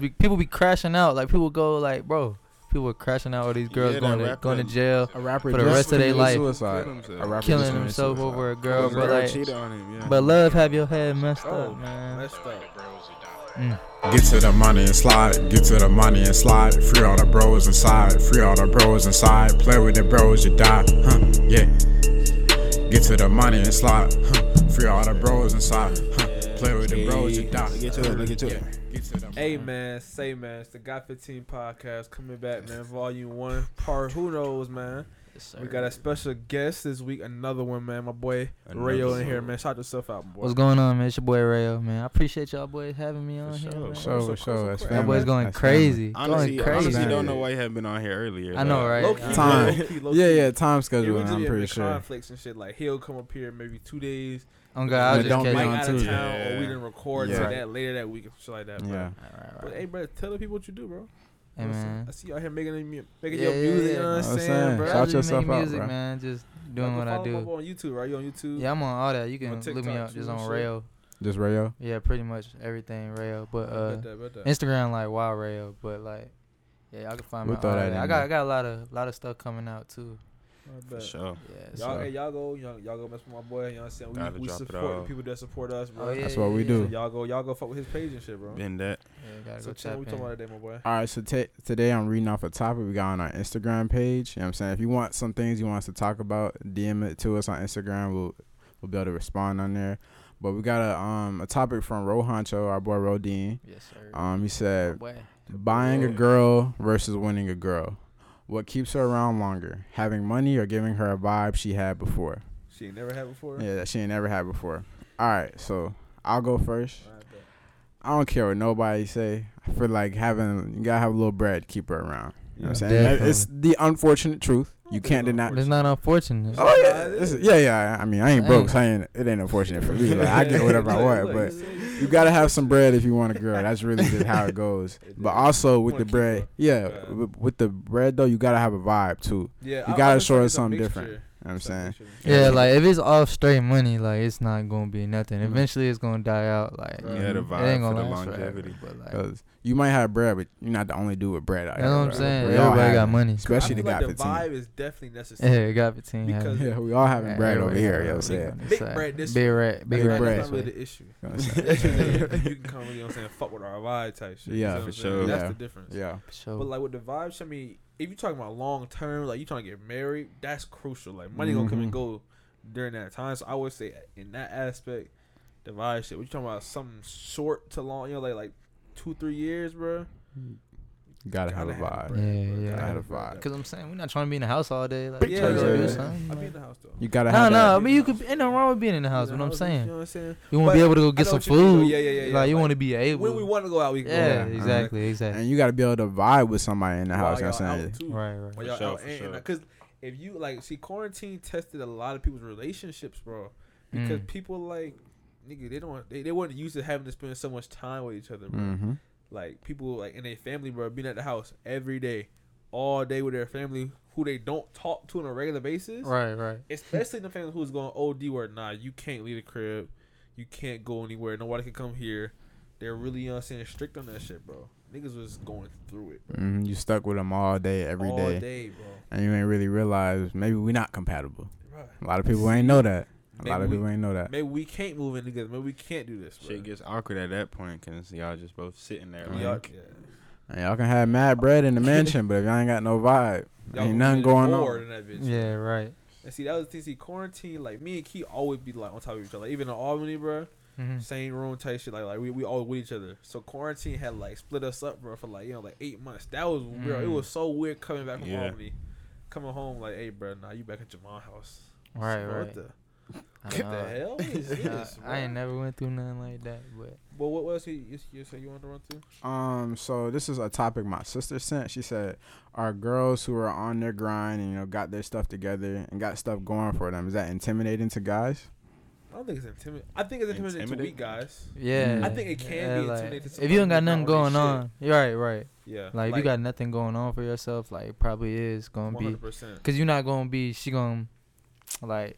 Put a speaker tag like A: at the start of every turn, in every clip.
A: be, people be crashing out. Like people go like, bro, people are crashing out. All these girls
B: Yeah, that
A: going to
B: rap
A: going to
B: band.
A: jail,
C: A rapper
A: For the
C: just
A: rest of their
C: committed
A: life,
C: suicide. A rapper just
A: killing
C: committed
A: himself
C: suicide.
A: over a
B: Girl,
A: girl. But
B: girl
A: like,
B: cheated on him, yeah.
A: but love have your head messed
C: Oh,
A: up, man.
C: Messed up.
D: Get to the money and slide, get to the money and slide. Free all the bros inside, free all the bros inside. Play with the bros, you die, huh? Yeah. Get to the money and slide, huh? Free all the bros inside, huh? Play with the bros, you die.
B: Look into it, look into it.
D: Get to the
C: Hey man, say man, it's the Got 15 podcast coming back, man. Volume one, part who knows, man. We got a special guest this week, another one, man. My boy Rayo in here, man. Shout yourself out, my boy.
A: What's going on, man? It's your boy Rayo, man. I appreciate y'all boys having me on here. man.
B: sure, for
A: Y'all
B: sure.
C: So
B: So,
C: cool,
B: so,
C: so cool.
A: That boy's going crazy.
B: Honestly,
A: going crazy.
B: honestly, don't
D: Yeah.
B: know why you haven't been on here earlier.
A: I know,
B: though.
A: right?
C: Low key,
A: I know.
C: time.
B: Time.
C: Low key, low key.
E: Yeah, yeah, time
C: Yeah,
E: scheduling.
C: we just be
E: I'm
C: having
E: pretty sure.
C: conflicts and shit. Like he'll come up here maybe two days,
A: Oh God, I'll
E: Yeah,
A: just
E: don't
A: catch
E: be
A: you
E: on
A: on
C: Mike out of
E: Tuesday.
C: town, or we
B: Yeah.
C: didn't record
E: Yeah.
C: till that later that week, or shit like that. Bro.
E: Yeah.
C: But hey, bro, tell the people what you do, bro.
A: Hey, man.
C: I see you out here making, the mu- making
A: Yeah,
C: your
A: yeah,
C: music.
A: yeah.
C: You know what
E: I
C: I'm
E: was
C: saying,
E: saying,
C: bro?
E: shout
A: I just
E: yourself
A: make
E: out,
A: music,
E: bruh.
A: man. Just doing
C: Like,
A: what I
C: follow up
A: do.
C: on YouTube, right? You on YouTube?
A: Yeah, I'm on all that. You can look me
C: TikTok,
A: up
C: too,
A: just
C: and
A: on
C: shit.
A: Rayo.
E: Just Rayo.
A: Yeah, pretty much everything Rayo. But uh,
C: Bet that, bet that.
A: Instagram like Wild Rail, but like yeah, I can find
E: We'll
A: my
E: throw
A: all
E: that
A: that.
E: in
A: I got
E: there.
A: I got a lot of lot of stuff coming out too.
C: I
B: For
C: bet.
B: sure.
A: Yeah, so-
C: Y'all,
E: So-
C: hey, y'all go, y'all, y'all go mess with my boy. You know what I'm saying?
B: Gotta
C: We, we
B: drop it
C: support the
B: off.
C: people that support us, bro.
A: Oh, yeah,
E: That's what we
A: yeah,
C: So
E: do.
C: y'all go, y'all go fuck with his page and shit, bro.
B: Been that.
A: Yeah, gotta
C: So
A: go tap
C: tell me what
A: in.
C: we talking about today, my boy.
E: All right, so t- today I'm reading off a topic we got on our Instagram page. You know what I'm saying? If you want some things you want us to talk about, DM it to us on Instagram. We'll we'll be able to respond on there. But we got a um a topic from Rohancho, our boy Rodine.
A: Yes, sir.
E: Um, he
A: My
E: said
A: boy.
E: buying a girl versus winning a girl. What keeps her around longer, having money or giving her a vibe she had before?
C: She ain't never had before.
E: Yeah, that she ain't never had before. All right, so I'll go first.
C: All right, bet.
E: I don't care what nobody say. I feel like having you gotta have a little bread to keep her around. You know what I'm saying?
A: Definitely.
E: It's the unfortunate truth. You
C: think
E: can't
C: it's
E: deny.
A: It's not unfortunate.
E: Oh yeah, this is- yeah, yeah. I mean, I ain't broke.
A: Dang.
E: So I ain't. It ain't unfortunate for me. Like, I get whatever I want, but
C: but
E: you gotta have some bread if you want a girl. That's really just how it goes. But also with
C: wanna
E: the
C: keep
E: bread,
C: her.
E: yeah,
C: Yeah.
E: with- with the bread though, you gotta have a vibe too.
C: yeah,
E: you gotta
C: just
E: show
C: think
E: her
C: it's a
E: something
C: mixture.
E: different. You know what I'm
C: It's a
E: saying?
C: mixture.
A: Yeah, like if it's all straight money, like it's not gonna be nothing.
E: Mhm.
A: Eventually, it's gonna die out. Like
B: Yeah, the
C: Right.
A: it ain't
B: vibe for
A: gonna
B: the
A: last
B: longevity.
A: forever. But like,
E: 'Cause you might have bread, but you're not the only dude with bread out
A: that's
E: here.
A: what I'm
E: bro.
A: saying.
E: We all
A: Everybody
E: have
A: got
E: it.
A: money.
E: especially the
C: I
E: guy
C: feel like
E: 15.
C: The vibe is definitely necessary.
A: Yeah, got 15. yeah.
C: Because-
E: Yeah, we all having
A: Yeah,
E: bread over
A: everybody
E: here.
A: got
E: You know what I'm
A: bread
E: saying?
A: on this
C: Big
A: side.
C: bread this
A: Big
C: way.
A: rat. Big
E: Big
A: rat.
E: bread.
C: That's not really the issue.
E: You know what I'm
C: The
E: saying?
C: issue is that you can come, you know what I'm saying, fuck with our vibe type shit. You
E: Yeah,
C: know what
B: for
C: I'm saying?
B: sure.
C: That's
E: Yeah.
C: the difference.
E: Yeah.
A: So-
C: But like with the vibes, I mean, if you're talking about long term, like you trying to get married, that's crucial. Like money gonna come and
E: Mhm.
C: go during that time. So I would say in that aspect, the vibe shit. What you talking about? Something short to long, you know, like like two three years, bro.
E: Gotta have a
C: Gotta have
E: vibe.
C: bread,
A: Yeah,
C: bro.
A: yeah.
C: Gotta have
E: Gotta vibe.
A: Cause I'm saying we're not trying to be in the house all day. Like,
C: Yeah,
A: trying to
E: yeah.
A: do something.
C: I be in the house though.
E: You gotta
A: No,
E: have
A: no. I
E: that.
A: mean, you could. Ain't nothing wrong with being in the house.
C: In
A: But
C: the
A: I'm
C: house,
A: saying
C: You know what I'm saying?
A: you want
C: But
A: to be able to
C: I
A: go get
C: know
A: some
C: what you mean, though.
A: food.
C: Yeah, yeah, yeah, yeah.
A: Like you
C: Like,
A: want to be able.
C: When we Uh-huh. want to go out, we can
A: yeah,
C: go out.
A: exactly, exactly.
E: And you gotta be able to vibe with somebody in the
C: While
E: house. You know what
C: y'all
E: I'm
C: out,
E: saying?
C: too.
A: Right, right.
C: Well,
B: For
C: y'all
B: sure,
C: out
B: for
C: and- and
B: sure.
C: because if you like, see, quarantine tested a lot of people's relationships, bro. Because
A: Mm.
C: people like, nigga, they don't, they, they weren't used to having to spend so much time with each other, bro.
E: Mm-hmm.
C: Like people like in their family, bro, being at the house every day, all day with their family, who they don't talk to on a regular basis.
A: Right, right.
C: Especially the family who's going OD where nah, you can't leave the crib, you can't go anywhere, nobody can come here. They're really, you know, what I'm saying strict on that shit, bro. Niggas was going through it, bro.
E: hmm You stuck with them all day, every day,
C: all day, bro.
E: and you ain't really realize maybe we're not compatible.
C: Right.
E: A lot of people ain't know that. A lot
C: Maybe
E: of
C: we-
E: people ain't know that.
C: Maybe we can't move in together. Maybe we can't do this.
B: Shit gets awkward at that point because y'all just both sitting there.
C: bro.
B: Like,
C: y'all,
E: Yuck. And y'all can have mad bread in the mansion, but if y'all ain't got no vibe,
C: y'all
E: ain't nothing going
C: bored
E: on.
C: in that bitch.
A: Yeah, right.
C: And see, that was the thing. See, quarantine, like me and Key always be like on top of each other. Like, even in Albany, bro,
A: hmm
C: same room type shit. Like, like we we all with each other. So quarantine had like split us up, bro, for like you know like eight months. That was weird. It
A: Mm.
C: was so weird coming back from
B: Yeah.
C: Albany, coming home like, hey, bro, now you back at Jamal's house.
A: Right,
C: So,
A: right.
C: What the,
A: I
C: what
A: know.
C: the hell is
A: Nah,
C: this?
A: I ain't
C: know.
A: never went through nothing like that, but
C: Well, what was he? You, you said you wanted to run through?
E: Um, so this is a topic my sister sent. She said, "Are girls who are on their grind and you know got their stuff together and got stuff going for them is that intimidating to guys?"
C: I don't think it's intimidating. I think it's intimidating to we
B: Intimidating?
C: guys.
A: yeah,
C: I think it can
A: yeah,
C: be
A: like,
C: intimidating to
A: if you
C: somebody
A: ain't got nothing
C: who's not on
A: going
C: their
A: on. You're right, right.
C: Yeah.
A: Like, if you got nothing going on for yourself, like it probably is gonna be,
C: 100%.
A: cause you're not gonna be. She gonna like,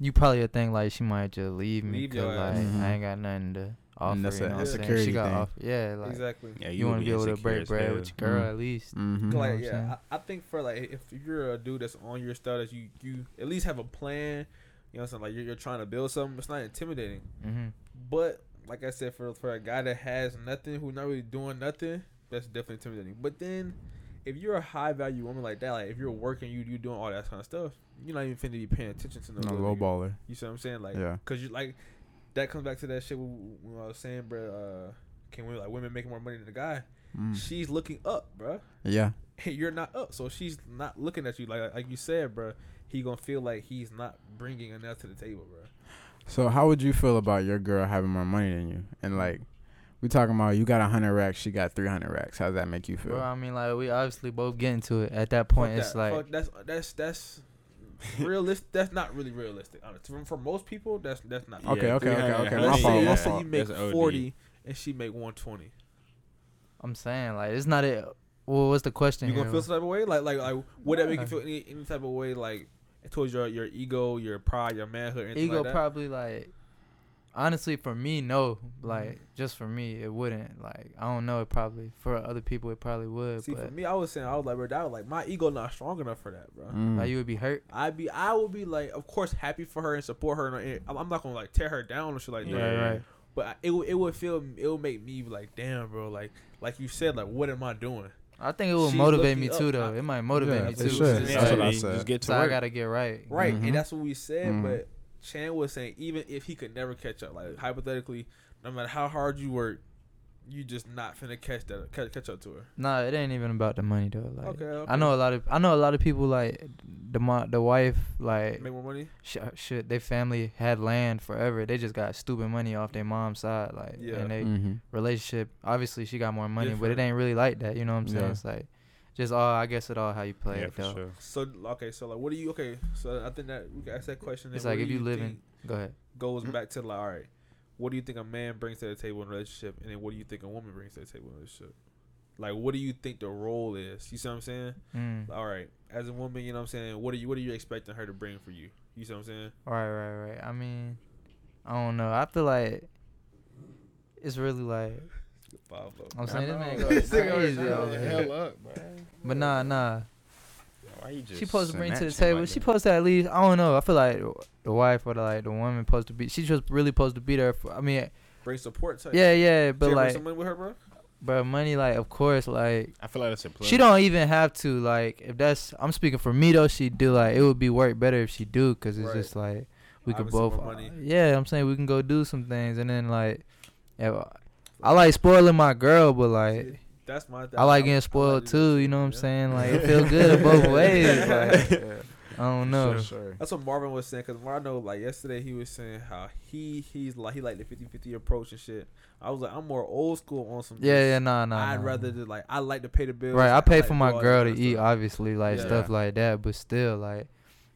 A: you probably a thing like she might just leave me,
C: Leave
A: cause
C: your
A: like
C: ass.
E: Mhm.
A: I ain't got nothing to offer.
E: And that's
A: you
E: a
A: know what I'm saying?
E: insecurity
A: She got
E: thing.
A: off. Yeah, like
C: exactly.
B: Yeah,
A: you,
B: would
A: want to be able to
B: insecure
A: break
B: as
A: bread
B: hell.
A: with your girl at least.
E: Mm-hmm.
A: know what
C: Like
A: I'm
C: yeah,
A: saying?
C: I, I think for like if you're a dude that's on your stuff, that you you at least have a plan. You know what I'm saying? Like you're, you're trying to build something. It's not intimidating.
A: Mm-hmm.
C: But like I said, for for a guy that has nothing, who's not really doing nothing, that's definitely intimidating. But then, if you're a high value woman like that, like if you're working, you you doing all that kind of stuff, you're not even finna be paying attention to no,
E: No
C: little
E: low
C: nigga.
E: baller.
C: You see what I'm saying? Like,
E: Yeah.
C: cause you like that comes back to that shit when, when I was saying, bro. Uh, can we like women make more money than the guy?
E: Mm.
C: She's looking up, bruh.
E: Yeah.
C: Hey, you're not up, so she's not looking at you like like you said, bruh. He gonna feel like he's not bringing enough to the table, bruh.
E: So how would you feel about your girl having more money than you? And like, we talking about you got a hundred racks, she got three hundred racks. How does that make you feel?
A: Bro, I mean, like we obviously both getting to it at that
C: Fuck
A: point. it's
C: that.
A: like
C: Fuck, that's that's that's realistic. that's not really realistic. honestly. For, for most people, that's that's not.
E: Okay,
B: Yeah,
E: okay, okay,
B: 300,
E: okay.
B: yeah,
E: My
C: let's
E: fault,
C: say,
E: my
C: let's say
E: fault.
C: you make
B: That's OD.
C: forty and she make one twenty.
A: I'm saying, like it's not it. Well, what's the question?
C: You gonna
A: here?
C: feel some type of way? Like like like would that make you
A: Yeah.
C: feel any any type of way? Like towards your your ego, your pride, your manhood, anything
A: ego
C: like that?
A: probably like honestly for me no like
C: Mm-hmm.
A: just for me it wouldn't like i don't know it probably for other people it probably would
C: See,
A: but
C: for me, I was saying I was like, bro, that was like my ego not strong enough for that, bro.
E: Mm.
A: like you would be hurt
C: I'd be, I would be like, of course, happy for her and support her, and I'm- I'm not gonna like tear her down or shit like that.
B: Yeah.
A: right right
C: But I- it would, it would feel, it would make me like, damn, bro, like, like you said, like, what am I doing?
A: i think it would
C: She's
A: motivate me
C: looking
A: too
C: up.
A: though it might motivate
E: Yeah,
A: me
E: for
A: too
E: sure.
A: It's
E: Yeah,
A: like,
E: That's what I
B: you
E: said.
B: Just get to
A: so i
B: work.
A: gotta get right
C: Right,
E: Mhm.
C: and that's what we said.
A: Mm-hmm.
E: Mhm.
C: But Chan was saying even if he could never catch up, like hypothetically, no matter how hard you work, you just not finna catch that catch, catch up to her.
A: nah it ain't even about the money though like
C: okay, okay.
A: i know a lot of i know a lot of people like the mo- the wife like
C: Make more money.
A: sh- shit their family had land forever they just got stupid money off their mom's side like
C: Yeah.
A: and they
E: Mm-hmm.
A: relationship. Obviously, she got more money, but
C: Different.
A: it ain't really like that. You know what I'm saying?
E: Yeah.
A: It's like just all. I guess it all how you play
B: Yeah,
A: it
B: for
A: though.
B: sure.
C: So okay, so like, what do you? Okay, so I think that we can ask that question. then.
A: It's
C: What
A: like
C: do
A: if you live
C: think
A: in. Go ahead.
C: goes back to like, all right, what do you think a man brings to the table in a relationship, and then what do you think a woman brings to the table in a relationship? Like, what do you think the role is? You see what I'm saying?
A: Mm.
C: All right, as a woman, you know what I'm saying. What are you? What are you expecting her to bring for you? You see what I'm saying?
A: Right, right, right. I mean, I don't know. I feel like it's really like
C: Pablo.
A: I'm saying this man
B: know.
A: goes
B: This nigga
A: crazy
B: already
A: over
B: shut
A: here.
B: the hell up, bro.
A: But nah, nah.
B: Why you just
A: She supposed to bring to the
B: snatching
A: table.
B: like
A: she
B: that?
A: supposed to at least. I don't know. I feel like the wife or the, like the woman supposed to be. She's just really supposed to be there. For, I mean,
C: Bring support. Type.
A: yeah, yeah.
C: Can
A: But
C: you bring
A: like,
C: someone with her, bro.
A: but money, like, of course, like.
B: I feel like that's a plus.
A: She don't even have to like if that's I'm speaking for me though she do like it would be work better if she do cuz it's
C: Right.
A: just like we could
C: Obviously,
A: both
C: more money.
A: yeah I'm saying we can go do some things and then like if I, I like spoiling my girl but like
C: That's my. That's
A: I like
C: my-
A: getting spoiled
C: do that
A: too you
C: too,
A: know what I'm
C: yeah.
A: saying like it feel good both ways like I don't know
C: That's what Marvin was saying because I know like yesterday he was saying how he he's like he like the 50-50 approach and shit. I was like I'm more old school on some.
A: yeah yeah nah nah
C: I'd
A: nah.
C: rather just like I like to pay the bills.
A: right I
C: like,
A: pay
C: like
A: for
C: do
A: my
C: all that
A: girl to
C: kinda
A: eat
C: stuff.
A: obviously like
C: Yeah.
A: stuff like that but still like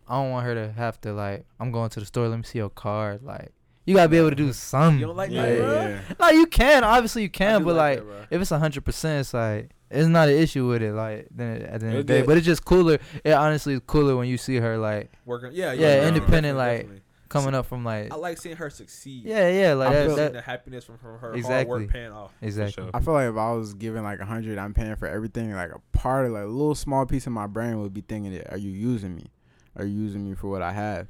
A: I don't want her to have to like I'm going to the store let me see your card like you gotta be able to do something.
C: You don't like
B: Yeah,
C: that, bro?
B: yeah.
A: Like you can, obviously you
C: I
A: can,
C: do
A: but like,
C: that, bro.
A: if it's hundred percent, it's like it's not an issue with it. Like then at the end of
B: It
A: the day,
B: did-
A: but it's just cooler. It honestly is cooler when you see her like
C: working, yeah,
A: yeah,
C: no, no,
A: independent,
C: definitely,
A: like-
C: definitely.
A: coming up from like
C: I like seeing her succeed.
A: yeah, yeah, like
C: I
A: that,
C: feel
A: that-
C: the happiness from her, her hard
A: Exactly.
C: work paying off.
A: exactly.
B: sure.
E: I feel like if I was given like a hundred, I'm paying for everything. Like a part of like a little small piece of my brain would be thinking, that, "Are you using me? Are you using me for what I have?"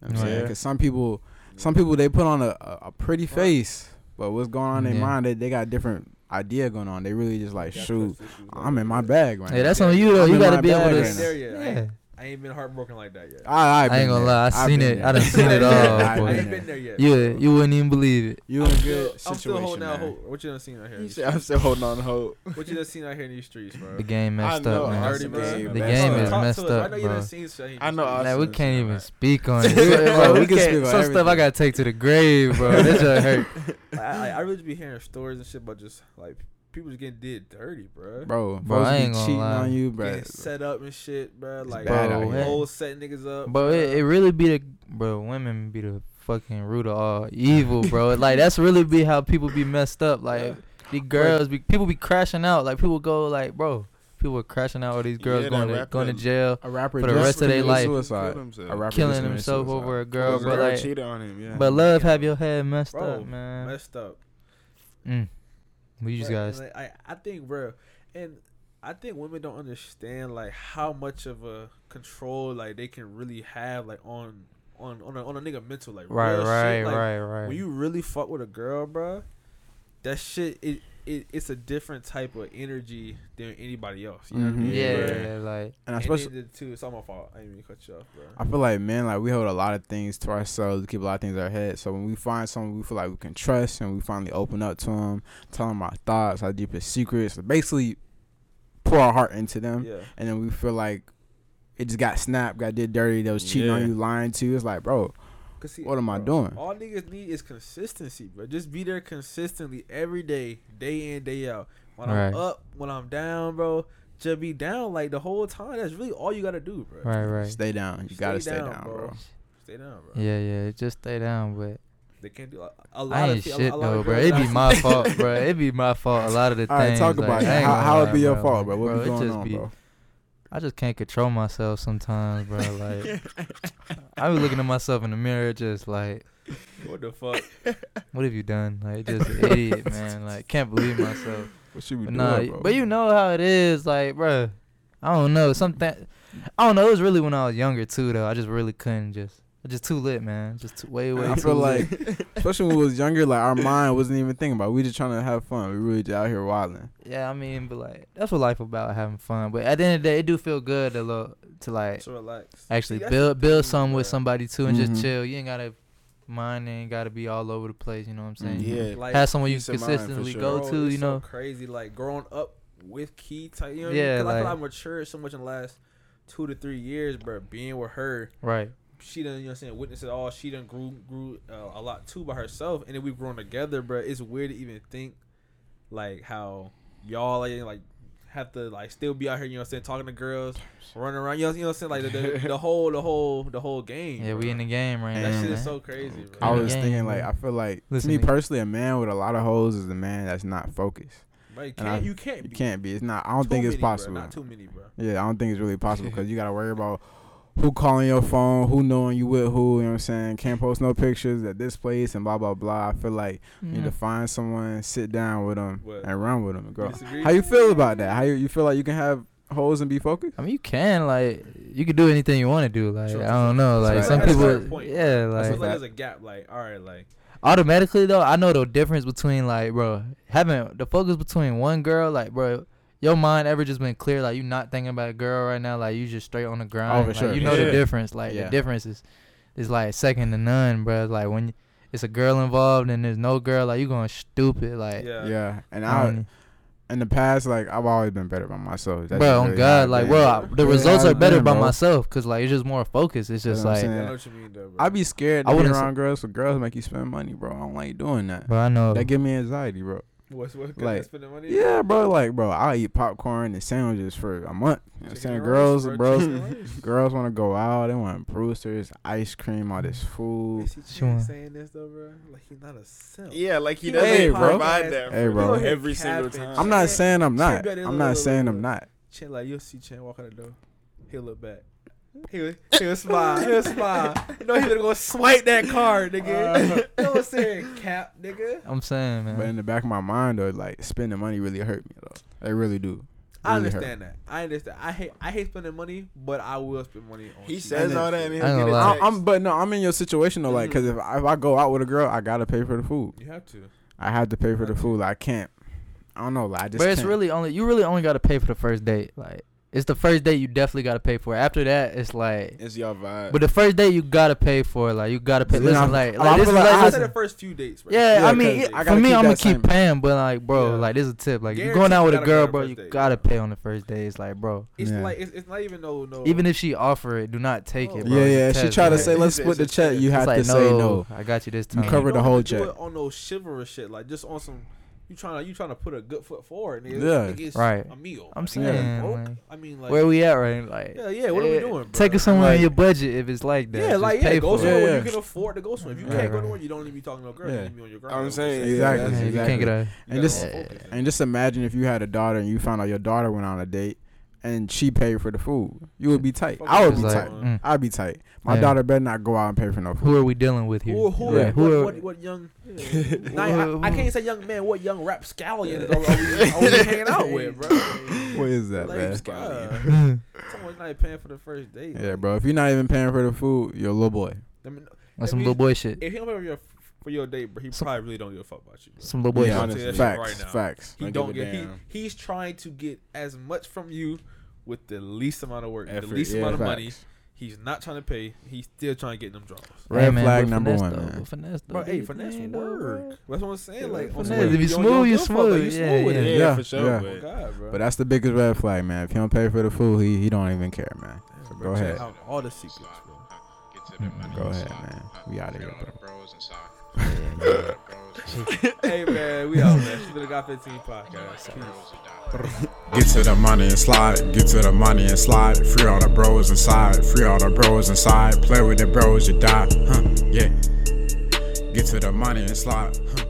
E: You know what I'm saying
A: Oh, Yeah.
E: because some people, some people they put on a, a, a pretty face, but what's going on in their
A: Yeah.
E: mind? They they got different idea going on. They really just like,
C: Got
E: shoot,
C: trust issues,
E: I'm in my
C: like,
E: bag right
A: Yeah,
E: now.
A: that's on you though.
E: I'm
A: You
E: in
A: gotta
E: my
A: be able
E: bag
A: to.
E: right
A: s-
E: now.
C: There yet. I,
A: Yeah.
C: ain't, I ain't been heartbroken like that yet.
E: I,
A: I ain't gonna lie, I seen it. I done seen it all,
E: I
A: boy.
E: been
C: I ain't
E: there.
C: been there yet.
A: Yeah,
C: bro.
A: you wouldn't even believe it.
E: You
C: I'm
E: in a
C: still-
E: good
C: I'm still holding
E: situation,
C: out
E: man.
C: hope. What you done seen out here? in these
E: I'm still holding on hope.
C: streets? What you done seen out here in these streets, bro?
A: The game
B: I
A: messed
B: know,
A: up, man.
B: already,
A: The
B: man.
A: game
B: The
C: Talk
A: is messed
C: to us. I know
A: up,
C: you
A: bro.
C: done seen shit out here in
B: I
C: these
B: know I
C: streets.
A: Like, we
B: Listen,
A: can't even
B: man.
A: speak on it. Bro,
E: we
A: we
E: can
A: can't-
E: speak
A: some
E: on
A: stuff I
E: everything.
A: gotta take to the grave, bro. That just hurt.
C: Like, I, I really be hearing stories and shit about just like people just getting did dirty, bro.
E: Bro,
A: Bro,
E: folks
A: I
E: be
A: ain't gonna
E: cheating
A: lie.
E: on you, bro.
C: Getting set up and shit, bro. Like
E: bad
A: out here.
C: old set niggas up.
A: But
C: bruh.
A: it, it really be the bro, women be the fucking root of all evil, bro. like that's really be how people be messed up. Like the girls be people be crashing out. Like people go like, bro, people are crashing out with these girls
B: Yeah, that
A: going to
B: rapper
A: going to
B: that-
A: jail,
E: A rapper
A: For the
E: just
A: rest of their
E: committed
A: life.
E: suicide. A rapper
A: killing
E: just committed
A: himself
E: suicide.
A: over a girl,
B: His
A: but
B: girl
A: like
B: cheated on him. Yeah.
A: but love have your head messed
C: Bro,
A: up, man.
C: messed up.
A: Mm. We just
C: Bruh,
A: gotta
C: and, like, I I think, bro, and I think women don't understand like how much of a control like they can really have like on on on a, on a nigga mental like
A: Right,
C: real shit,
A: right,
C: like,
A: right, right.
C: When you really fuck with a girl, bro, that shit it, it it's a different type of energy than anybody else. You know what I
E: Mhm.
C: mean?
A: Mm-hmm. yeah,
C: bro?
A: yeah, like
E: And
C: And
E: especially,
C: they did too. It's all my fault. I didn't mean to cut you off, bro.
E: I feel like man, like we hold a lot of things to ourselves, we keep a lot of things in our head. So when we find someone we feel like we can trust, and we finally open up to them, tell them our thoughts, our deepest secrets, basically pour our heart into them,
C: yeah.
E: and then we feel like it just got snapped, got did dirty, they was cheating
B: Yeah.
E: on you, lying to you. It's like, bro,
C: Cause see,
E: What am I
C: bro,
E: doing?
C: All niggas need is consistency, bro. Just be there consistently every day, day in, day out. When I'm
A: Right.
C: up, when I'm down, bro, just be down like the whole time. That's really all you gotta do, bro.
A: right, right.
E: stay down. You gotta
C: Stay
E: stay
C: down,
E: down,
C: bro.
E: bro.
C: Stay down, bro.
A: Yeah, yeah. Just stay down, but
C: They can't do a, a lot
A: I
C: of
A: ain't
C: thi- a- a
A: shit
C: lot
A: though,
C: of
A: bro.
C: girls
A: It be
C: actually-
A: my fault, bro. It be my fault. A lot of the
E: All right,
A: things.
E: talk about
A: like,
E: it.
A: I ain't
E: How,
A: gonna
E: how it
A: lie,
E: be your
A: bro.
E: fault, bro? What
A: Bro,
E: be
A: it
E: going
A: just
E: on,
A: be-
E: bro?
A: I just can't control myself sometimes, bro. Like I be looking at myself in the mirror, just like,
C: What the fuck?
A: what have you done? Like just an idiot, man. Like can't believe myself.
E: What should we
A: But
E: do,
A: nah,
E: bro?
A: but you know how it is, like, bro. I don't know. Something I don't know. It was really when I was younger too, though. I just really couldn't just. Just too lit, man. Just too, way, way.
E: I
A: too
E: feel
A: lit.
E: like, especially when we was younger, like our mind wasn't even thinking about. it. We just trying to have fun. We really just out here wilding.
A: Yeah, I mean, but like that's what life about having fun. But at the end of the day, it do feel good to look to like
C: So relax.
A: actually
C: See, that's
A: build
C: the
A: build
C: thing,
A: something with
C: bruh.
A: somebody too and
E: Mhm.
A: just chill. You ain't gotta mind ain't gotta be all over the place. You know what I'm saying?
E: Mhm. Yeah.
C: Like,
A: Have someone you
E: peace of mind for
A: consistently
E: sure.
A: go
C: bro,
A: to.
C: it's
A: You
C: so
A: know.
C: crazy. Like growing up with Key, type, you know,
A: Yeah,
C: yeah, I feel
A: like-
C: like I matured so much in the last two to three years, bro. Being with her,
A: Right.
C: she done, you know what I'm saying, witnessed it all. She done grew grew uh, a lot too by herself, and then we've grown together, bro. It's weird to even think like how y'all like, like have to like still be out here, you know what I'm saying, talking to girls, running around, you know, you know what I'm saying, like the, the, the whole the whole the whole game.
A: Yeah,
C: bro.
A: we in the game right
C: that
A: now.
E: Damn,
C: shit
A: man.
C: is so crazy, bro.
E: I
A: Yeah.
E: was
A: Yeah,
E: thinking,
A: bro.
E: like, I feel like to
A: Listen
E: me
A: to me.
E: personally, a man with a lot of hoes is a man that's not focused.
C: Bro, you
E: and
C: can't,
E: I-
C: you can't,
E: You
C: be.
E: can't be. It's not. I don't
C: Too
E: think it's
C: many, bro.
E: possible.
C: Not too many, bro.
E: Yeah, I don't think it's really possible because you got to worry about who calling your phone, who knowing you with who. You know what I'm saying? Can't post no pictures at this place and blah blah blah. I feel like you need
A: Yeah.
E: to find someone, sit down with them,
C: What?
E: and run with them. Go.
C: disagree?
E: How you feel about that? How you, you feel like you can have hoes and be focused?
A: I mean, you can like you can do anything you want to do. Like
C: Sure.
A: I don't know, like
E: That's right.
A: some
E: That's a
C: fair
A: people,
C: point.
A: yeah, like
C: Like, like there's a gap. Like, all right, like
A: automatically though, I know the difference between like, bro, having the focus between one girl, like, bro, your mind ever just been clear, like you not thinking about a girl right now, like you just straight on the grind.
E: Oh, for
A: like,
E: sure.
A: You know
B: Yeah.
A: the difference, like
E: Yeah.
A: the difference is, is like second to none, bro. Like when it's a girl involved and there's no girl, like you going stupid, like.
C: yeah,
E: Yeah, and
A: I
E: I
A: don't-
E: in the past, like I've always been better by myself.
A: bro,
E: That's just
A: on
E: really how
A: God,
E: I've
A: like,
E: been.
A: bro, I- the
E: Yeah,
A: results
E: I've
A: are better
E: been,
A: by
E: bro.
A: myself because like it's just more focus. It's
E: That's
A: just
E: what I'm
A: like,
E: saying.
C: I know what you mean, though, bro.
E: I be scared
A: I
E: to be
A: wouldn't say-
E: around girls, but girls make you spend money, bro. I don't like doing that.
A: bro, I know.
E: That give me anxiety, bro.
C: what's what?
E: like,
C: Like, spending money.
E: Yeah, bro. Like, bro, I eat popcorn and sandwiches for a month. You know what I'm
C: Chicken
E: saying?
C: and
E: Girls,
C: rice, bro.
E: bros,
C: Chicken and rice.
E: girls want to go out. They want Brewsters, ice cream, all this food.
C: Is he
A: Sure.
C: sure. saying this though, bro? Like he's not a simp.
B: Yeah, like he
C: He
B: doesn't
E: Hey, bro.
B: provide that
E: Hey,
B: for
E: bro.
B: them every single
C: Capping.
B: time.
E: I'm not
C: Yeah.
E: saying I'm not.
C: better
E: I'm not
C: look-
E: saying I'm not.
C: Chin, like you'll see Chin walk out the door. He'll look back. He'll, he'll smile. He'll smile. You know he'll go swipe that card,
A: Uh.
C: nigga. You know what I'm saying? Cap, nigga.
A: I'm saying, man.
E: But in the back of my mind, though, like spending money really hurt me, though. They really do.
C: I
E: Really
C: understand that. I understand. I hate I hate spending money, but I will spend money on.
B: He
C: cheap
B: says
C: shit.
B: all that and he'll
A: I ain't
B: get
A: gonna
B: a
A: lie.
E: I,
B: text.
E: I'm, but no, I'm in your situation though, like, cause
C: Mm-hmm.
E: if I, if I go out with a girl, I gotta pay for the food.
C: You have to.
E: I have to pay for the food. Like, I can't. I don't know. Like, I just.
A: but it's
E: can't.
A: really only you really only gotta pay for the first date. Like it's the first date you definitely gotta pay for. After that, it's like.
B: It's your vibe.
A: But the first date you gotta pay for. Like you gotta pay.
E: Then I-
A: Listen, like,
E: I
A: like, this
E: feel
A: is like
E: like I-
C: After
A: listen,
C: the first few dates, bro.
A: yeah,
E: Yeah,
A: I mean,
E: cause
A: it-
E: I
A: for
E: gotta
A: me,
E: keep
A: I'm gonna
E: that
A: keep
E: same-
A: paying, but like, bro,
C: Yeah.
A: like, this is a tip. Like, you
C: Guarantee
A: going out
C: you
A: with a
C: gotta pay on
A: girl,
C: the
A: bro,
C: first
A: you
C: date,
A: gotta
C: bro.
A: pay on the first day. It's like, bro,
C: it's
E: Yeah.
C: like it's, it's not even no no.
A: even if she offer it, do not take it.
C: Oh.
A: Bro.
E: yeah,
A: It's a
E: yeah. She
A: test,
E: tried to
A: like,
E: say, "Let's
B: It's-
E: split the
B: it's a
E: check."
B: test.
E: You
A: it's
E: have
A: like,
E: to say no.
A: I got you this
E: You
A: time.
E: cover-
C: You
E: the
C: don't
E: whole
C: have to do
E: check.
C: it on those chivalrous shit. Like just on some, you trying to you trying to put a good foot forward. Nigga.
E: Yeah.
C: Nigga, it's
A: Right.
C: A meal.
A: I'm
C: Nigga,
A: saying,
E: Yeah.
C: broke.
A: like,
C: I mean, like
A: where we at right? now? Like,
C: yeah, yeah. What are we
A: yeah,
C: doing? Bro?
A: Take us somewhere in
E: Like-
A: your budget if it's like that.
C: Yeah,
A: Just
C: like yeah,
A: pay
C: go
A: for it.
E: Yeah,
C: somewhere
E: yeah.
C: you can afford to go somewhere. If you
A: Yeah,
C: can't go
A: right.
C: nowhere, you don't even be talking to a girl.
E: Yeah.
C: You be on your girl.
B: I'm saying,
E: Exactly.
B: that's
A: Yeah, You
E: Exactly.
A: can't get a
E: And just- And just imagine if you had a daughter and you found out your daughter went on a date and she paid for the food. You would be tight.
C: Fuck
E: I would
A: It's
E: be
A: like,
E: tight.
A: mm,
E: I'd be tight. My
A: Yeah.
E: daughter better not go out and pay for no food.
A: who are we dealing with here?
C: Who, who,
E: Yeah.
C: what,
A: Who are-
C: what, what young? Nah, I, I can't say young man. What young rap scallion
A: Yeah.
C: are, we, are we hanging out with, bro?
E: What is that,
C: Like,
E: man?
C: bruh, Someone's not even paying for the first date.
E: Yeah, bro. If you're not even paying for the food, you're a little boy.
C: I mean,
A: That's some little boy shit.
C: if he don't pay for your for your date, bro, he
A: Some-
C: probably really don't give a fuck about you. Bro.
A: Some little boy
E: yeah,
A: shit.
C: honest.
E: honestly.
C: I'll tell you that shit
E: Facts.
C: right now.
E: facts.
C: He
B: Don't
C: don't
B: give a
C: get. He,
B: damn.
C: he's trying to get as much from you with the least amount of work,
B: Effort,
C: the least
E: yeah,
C: amount of
E: facts.
C: money. He's not trying to pay. He's still trying to get them draws.
E: Red
A: man,
E: flag
A: but
E: number
A: finesse
E: one,
A: though,
E: man.
A: but Finesse, though,
C: Bro, hey,
A: dude,
C: finesse
A: man, though,
C: work.
A: bro.
C: That's what I'm saying.
A: Yeah,
C: like, on
A: finesse.
C: some work,
A: If you
C: don't-
A: smooth, you
C: don't fuck, like,
A: smooth. Yeah,
C: with
A: yeah. uh,
C: it.
B: Yeah,
E: Yeah,
B: for sure.
E: yeah.
C: Oh,
B: But
C: God, bro.
E: But that's the biggest red flag, man. If you don't pay for the food, he he don't even care, man. So go
C: Check
E: ahead.
C: out all the secrets, bro.
E: Go ahead, man. We out of here, bro.
C: hey, man, we out, man. It's been the Got 15 podcast. Peace.
D: Get to the money and slide, get to the money and slide. Free all the bros inside, free all the bros inside. Play with the bros, you die. Huh, yeah. Get to the money and slide. Huh.